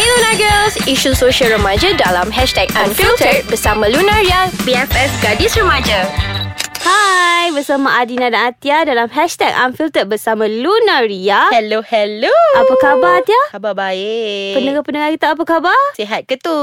Lunar Girls, isu sosial remaja dalam hashtag Unfiltered bersama Lunaria, BFF Gadis Remaja. Hai, bersama Adina dan Atia dalam hashtag Unfiltered bersama Lunaria. Hello, hello. Ah. Apa khabar Atia? Khabar baik. Pendengar-pendengar kita apa khabar? Sihat ke tu?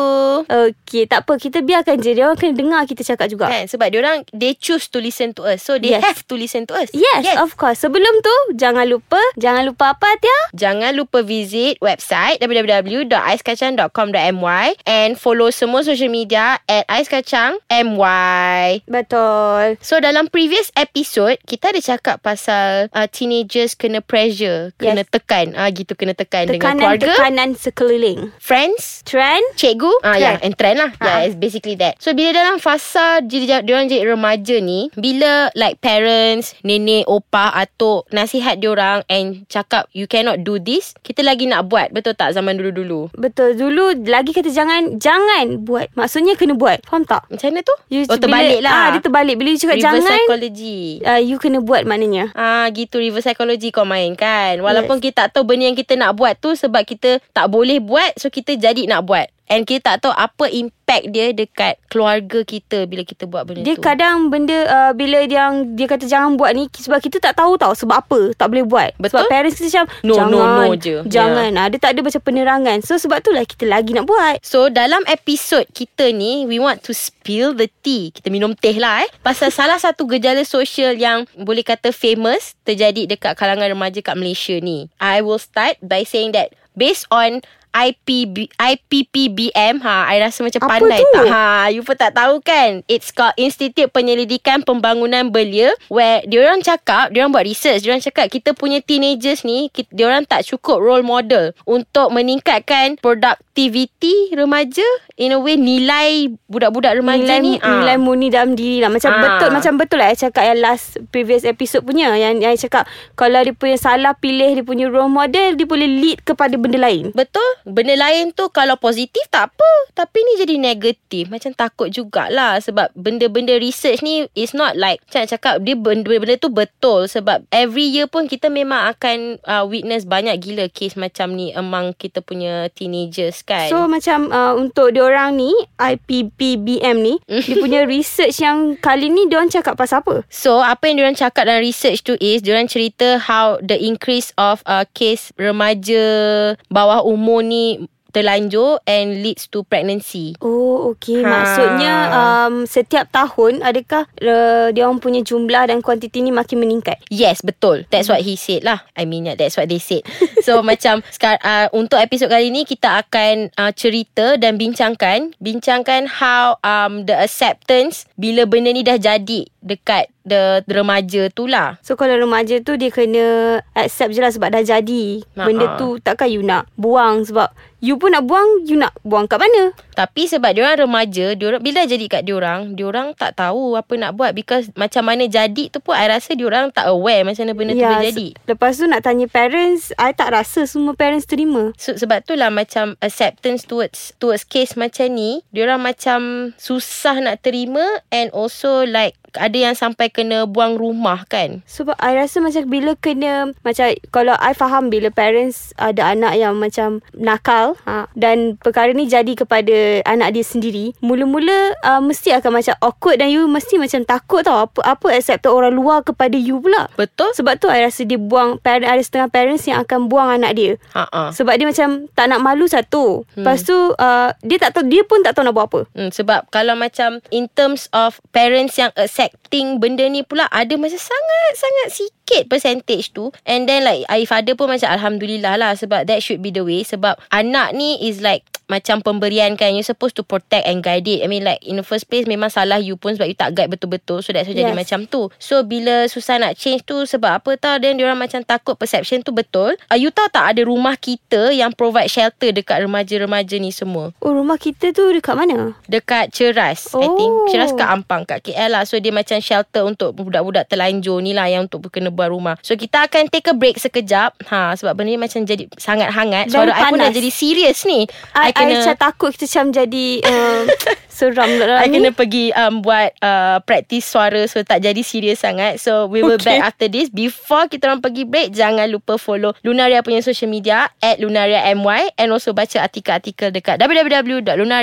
Okey, tak apa. Kita biarkan je. Dia orang kena dengar kita cakap juga. Kan sebab dia orang they choose to listen to us. So they Yes. have to listen to us. Yes, yes, of course. Sebelum tu, jangan lupa. Jangan lupa apa, Atia? Jangan lupa visit website www.aiskacang.com.my and follow semua social media at aiskacang.my. Betul. So dalam previous episode kita ada cakap pasal uh, teenagers kena pressure, kena Yes. tekan ah gitu kena tekan, dengan keluarga, Tekanan-tekanan sekeliling. friends, Trend? cikgu ah ya Trend. and trend lah yeah it's basically that so bila dalam fasa dia dia orang jadi remaja ni bila like parents nenek opa atuk nasihat dia orang and cakap you cannot do this kita lagi nak buat betul tak zaman dulu-dulu Betul. Dulu lagi kata jangan jangan buat. Maksudnya kena buat. Faham tak? macam mana tu You, oh terbalik bila, Ah, lah dia terbalik. Bila you cakap reverse jangan, psychology uh, you kena buat maknanya. Ah gitu reverse psychology kau main kan. Walaupun yes. kita tak tahu benda yang kita nak buat tu sebab kita tak boleh buat so kita jadi nak buat. And kita tak tahu apa impact dia dekat keluarga kita bila kita buat benda Dia tu. kadang benda uh, bila dia yang dia kata jangan buat ni ki- sebab kita tak tahu tau sebab apa tak boleh buat. Betul. Sebab parents kita macam No, jangan, no, no je. Ya. Jangan. Yeah. Dia tak ada macam penerangan. So sebab tu lah kita lagi nak buat. So dalam episod kita ni We want to spill the tea Kita minum teh lah eh Pasal salah satu gejala sosial yang Boleh kata famous Terjadi dekat kalangan remaja kat Malaysia ni I will start by saying that Based on IPB, IPPBM ha, I rasa macam Apa pandai tu? tak ha, You pun tak tahu kan It's called Institute Penyelidikan Pembangunan Belia Where diorang cakap Diorang buat research Diorang cakap kita punya teenagers ni kita, Diorang tak cukup role model Untuk meningkatkan Productivity remaja In a way nilai Budak-budak remaja Nilai, ni ah. nilai murni dalam diri lah Macam Ah. betul Macam betul lah Saya cakap yang last Previous episode punya Yang saya cakap Kalau dia punya salah pilih Dia punya role model Dia boleh lead kepada benda lain Betul Benda lain tu Kalau positif tak apa Tapi ni jadi negatif Macam takut jugalah Sebab benda-benda research ni It's not like Macam nak cakap Dia benda- benda-benda tu betul Sebab every year pun Kita memang akan uh, Witness banyak gila Kes macam ni Among kita punya Teenagers kan So macam uh, untuk diorang ni IPPBM ni Dia punya research yang kali ni Diorang cakap pasal apa? So apa yang diorang cakap dalam research tu is Diorang cerita how the increase of uh, case remaja bawah umur ni terlanjur and leads to pregnancy. Oh okay Ha. ha. Maksudnya um, Setiap tahun Adakah uh, Diorang punya jumlah dan kuantiti ni Makin meningkat? Yes, betul. That's what he said lah. I mean, yeah, that's what they said. So, macam sekar- uh, untuk episod kali ni, kita akan uh, cerita dan bincangkan. Bincangkan how um, the acceptance bila benda ni dah jadi dekat the, the remaja tu lah. So kalau remaja tu Dia kena Accept je lah Sebab dah jadi Ha, Benda ha. tu Takkan you nak buang Sebab You pun nak buang You nak buang kat mana? Tapi sebab diorang remaja, diorang, bila dah jadi kat diorang, diorang tak tahu apa nak buat. Because macam mana jadi tu pun, I rasa diorang tak aware macam mana benda yeah, tu Ya, boleh se- jadi. Lepas tu nak tanya parents I tak rasa Semua parents terima So, sebab tu lah macam acceptance towards towards case macam ni, diorang macam susah nak terima and also like ada yang sampai kena buang rumah kan. Sebab I rasa macam bila kena Macam kalau I faham bila parents ada anak yang macam nakal ha, Dan perkara ni jadi kepada anak dia sendiri Mula-mula uh, mesti akan macam awkward Dan you mesti macam takut tau Apa apa accept orang luar kepada you pula Betul? Sebab tu I rasa dia buang parent, Ada setengah parents yang akan buang anak dia Ha-ha. Sebab dia macam tak nak malu satu Lepas tu uh, dia tak tahu Dia pun tak tahu nak buat apa Hmm, sebab kalau macam in terms of parents yang accepting benda ni pula ada macam sangat-sangat sikit percentage tu and then like if ada pun macam Alhamdulillah lah sebab that should be the way sebab anak ni is like macam pemberian kan you supposed to protect and guide it I mean like in the first place memang salah you pun sebab you tak guide betul-betul so that's why yes. jadi Yes. macam tu so bila susah nak change tu sebab apa tau then diorang macam takut perception tu betul uh, you tahu tak ada rumah kita yang provide shelter dekat remaja-remaja ni semua Oh rumah kita tu dekat mana? Dekat Ceras oh. I think Oh. Ceras kat Ampang Kat KL lah So dia macam shelter Untuk budak-budak terlanjur ni lah Yang untuk kena buat rumah So kita akan take a break sekejap ha, Sebab benda ni macam jadi Sangat hangat Dan Suara I pun panas. dah jadi serius ni I, I, kena... I macam takut kita macam jadi um, Seram lah I ni. kena pergi um, buat uh, practice suara so tak jadi serius sangat. So we will Okay. okay. back after this. Before kita orang pergi break, jangan lupa follow Lunaria punya social media at Lunaria MY and also baca artikel-artikel dekat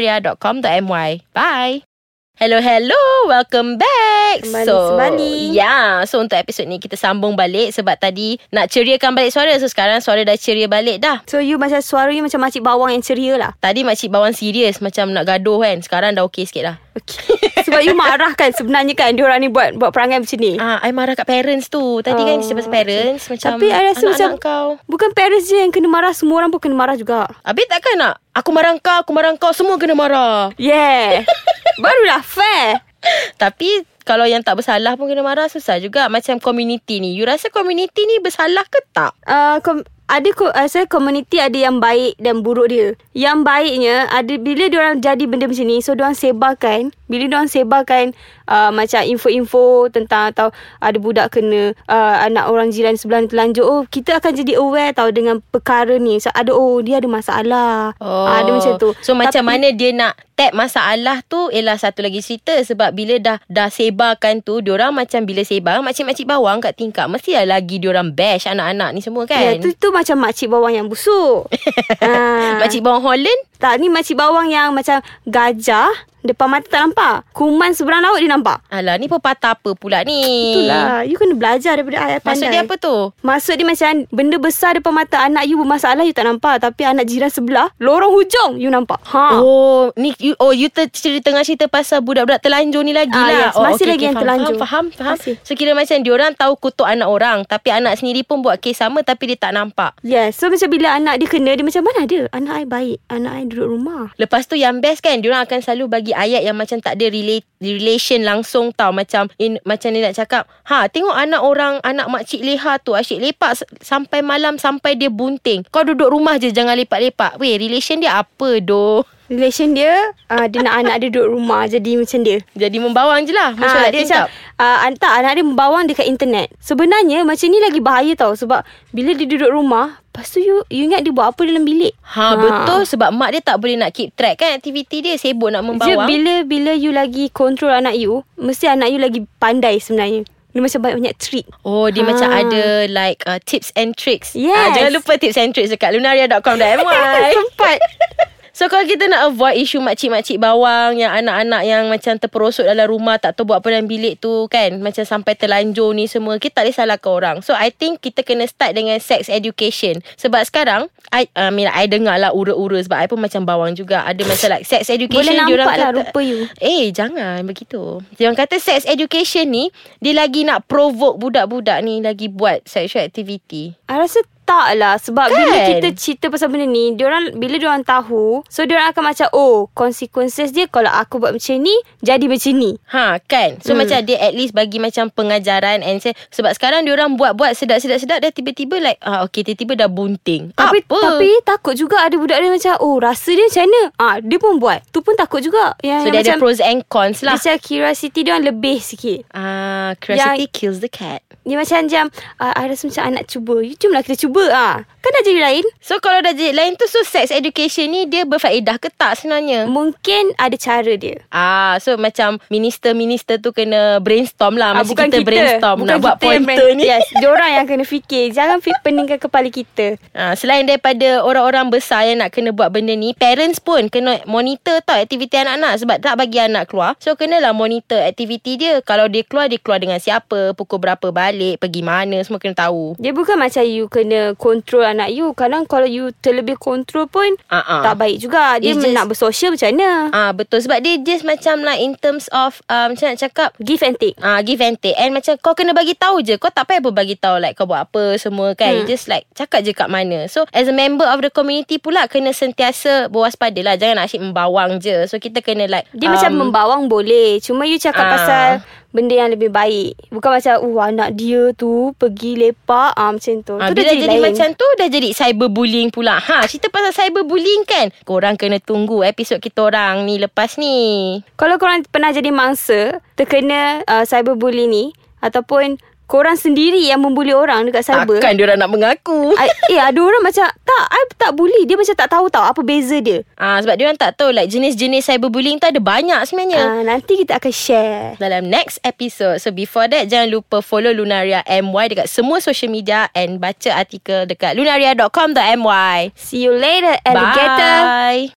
www.lunaria.com.my. Bye. Hello, hello. Welcome back. Kembali so, sembali. Yeah. So, untuk episod ni kita sambung balik sebab tadi nak ceriakan balik suara. So, sekarang suara dah ceria balik dah. So you macam suara you macam makcik bawang yang ceria lah. Tadi makcik bawang serius macam nak gaduh kan. Sekarang dah okey sikit dah. Okay. Sebab you marah kan sebenarnya kan diorang ni buat buat perangai macam ni. Ah, I marah kat parents tu. Tadi Oh, oh, kan cerita pasal parents okay. macam Tapi I rasa anak-anak macam- kau. Bukan parents je yang kena marah Semua orang pun kena marah juga Habis takkan nak aku marah kau, aku marah kau, semua kena marah. Yeah Barulah fair Tapi kalau yang tak bersalah pun kena marah susah juga macam community ni. You rasa community ni bersalah ke tak? uh, kom- ada ko- uh, saya community ada yang baik dan buruk dia. Yang baiknya ada bila diorang jadi benda macam ni, so diorang sebarkan, bila diorang sebarkan uh, macam info-info tentang atau ada budak kena uh, anak orang jiran sebelah ni terlanjur, oh kita akan jadi aware tau dengan perkara ni. So ada oh dia ada masalah. Oh, Ah, ada macam tu. So Tapi- macam mana dia nak tap masalah tu ialah satu lagi cerita sebab bila dah dah sebarkan tu diorang macam bila sebar makcik-makcik bawang kat tingkap mesti dah lagi diorang bash anak-anak ni semua kan. Ya, tu, tu macam makcik bawang yang busuk. ha. Makcik bawang Holland Tak, ni makcik bawang yang macam gajah depan mata tak nampak. Kuman seberang laut dia nampak. Alah ni pepatah apa pula ni Itulah. Hmm. You kena belajar daripada ayat Maksud pandai. dia apa tu? Maksud dia macam benda besar depan mata anak you bermasalah you tak nampak. Tapi anak jiran sebelah, lorong hujung you nampak. Ha. Oh, ni you, oh you ter, cerita, tengah cerita pasal budak-budak telanjur ni lagi Ah, lah. yes. Oh, Masih lagi yang faham, telanjur. Faham, faham. Masih. faham. So kira macam diorang tahu kutuk anak orang tapi anak sendiri pun buat kes sama tapi dia tak nampak. Yes. So macam bila anak dia kena, dia macam mana ada? Anak I baik. Anak I duduk rumah. Lepas tu yang best kan Diorang akan selalu bagi ayat Yang macam tak ada relate, relation langsung tau Macam in, Macam dia nak cakap Ha tengok anak orang Anak makcik leha tu Asyik lepak s- Sampai malam Sampai dia bunting Kau duduk rumah je Jangan lepak-lepak Weh relation dia apa doh Relation dia, uh, dia nak anak dia duduk rumah. Jadi macam dia. Jadi membawang je lah Macam Ah, ha, dia dia macam tingkap uh, Tak anak dia membawang dekat internet Sebenarnya macam ni lagi bahaya tau Sebab bila dia duduk rumah Lepas tu you, you ingat dia buat apa dalam bilik Ha, ha betul sebab mak dia tak boleh nak keep track kan aktiviti dia sibuk nak Dia membawang. bila bila you lagi control anak you Mesti anak you lagi pandai sebenarnya Dia macam banyak-banyak trick oh Ha. dia ha. macam ada like uh, tips and tricks. Ah, Yes. jangan lupa tips and tricks dekat lunaria.com.my. Sempat So kalau kita nak avoid isu makcik-makcik bawang Yang anak-anak yang macam terperosok dalam rumah Tak tahu buat apa dalam bilik tu kan Macam sampai terlanjur ni semua Kita tak boleh salahkan orang So I think kita kena start dengan sex education Sebab sekarang I, I mean I dengar lah ura-ura Sebab I pun macam bawang juga Ada macam like sex education Boleh diorang nampak lah kata- rupa you. Eh jangan begitu Diorang kata sex education ni Dia lagi nak provoke budak-budak ni Lagi buat sexual activity I rasa tak lah Sebab kan? bila Kan? kita cerita pasal benda ni diorang, Bila diorang tahu So diorang akan macam Oh consequences dia Kalau aku buat macam ni Jadi macam ni Ha kan So hmm. macam dia at least Bagi macam pengajaran And say, Sebab sekarang diorang buat-buat Sedap-sedap-sedap Dah tiba-tiba like ah, Okay tiba-tiba dah bunting Tapi Apa tapi takut juga ada budak dia macam oh rasa dia macam mana? Ah dia pun buat. Tu pun takut juga. Yang, So yang dia ada macam pros and cons lah Macam curiosity dia orang lebih sikit Ah, Curiosity kills the cat Dia macam jam uh, I rasa macam I nak cuba You jomlah kita cuba ah. Kan dah jadi lain So kalau dah jadi lain tu So sex education ni Dia berfaedah ke tak sebenarnya Mungkin ada cara dia Ah, so macam minister-minister tu kena brainstorm lah. Mesti kita, brainstorm Ah, bukan nak buat kita yang pointer brain- ni. Yes Diorang yang kena fikir Jangan fi- peningkan kepala kita Ah, selain daripada orang-orang besar yang nak kena buat benda ni, parents pun kena monitor tau aktiviti anak-anak sebab tak bagi anak keluar. So kenalah monitor aktiviti dia. Kalau dia keluar, dia keluar dengan siapa, pukul berapa balik, pergi mana, semua kena tahu. Dia bukan macam you kena Control anak you Kadang kalau you terlebih control pun Ah, ah. Tak baik juga Dia It's just- nak bersosial macam mana Ah, betul sebab dia just macam like in terms of um, macam nak cakap Give and take Ah, give and take And macam kau kena bagi tahu je Kau tak payah pun bagi tahu Like kau buat apa semua kan hmm. Just like cakap je kat mana So as a member of the community pula Kena sentiasa berwaspada lah Jangan nak asyik membawang je So kita kena like Dia um, macam membawang boleh Cuma you cakap uh, Ah. pasal Benda yang lebih baik Bukan macam uh, Anak dia tu Pergi lepak ah, Macam tu Ah, Tu bila jadi, jadi macam tu Dah jadi cyberbullying pula Ha cerita pasal cyberbullying kan Korang kena tunggu episod kita orang ni Lepas ni Kalau korang pernah jadi mangsa Terkena uh, cyberbully ni ah, Ataupun korang sendiri yang membuli orang dekat cyber. Takkan diorang nak mengaku. I, eh ada orang macam tak I tak bully dia macam tak tahu tau apa beza dia. Ah sebab diorang tak tahu like jenis-jenis cyberbullying tu ada banyak sebenarnya. Ah nanti kita akan share. Dalam next episode So before that Jangan lupa follow Lunaria MY Dekat semua social media And baca artikel Dekat lunaria.com.my See you later alligator. Bye.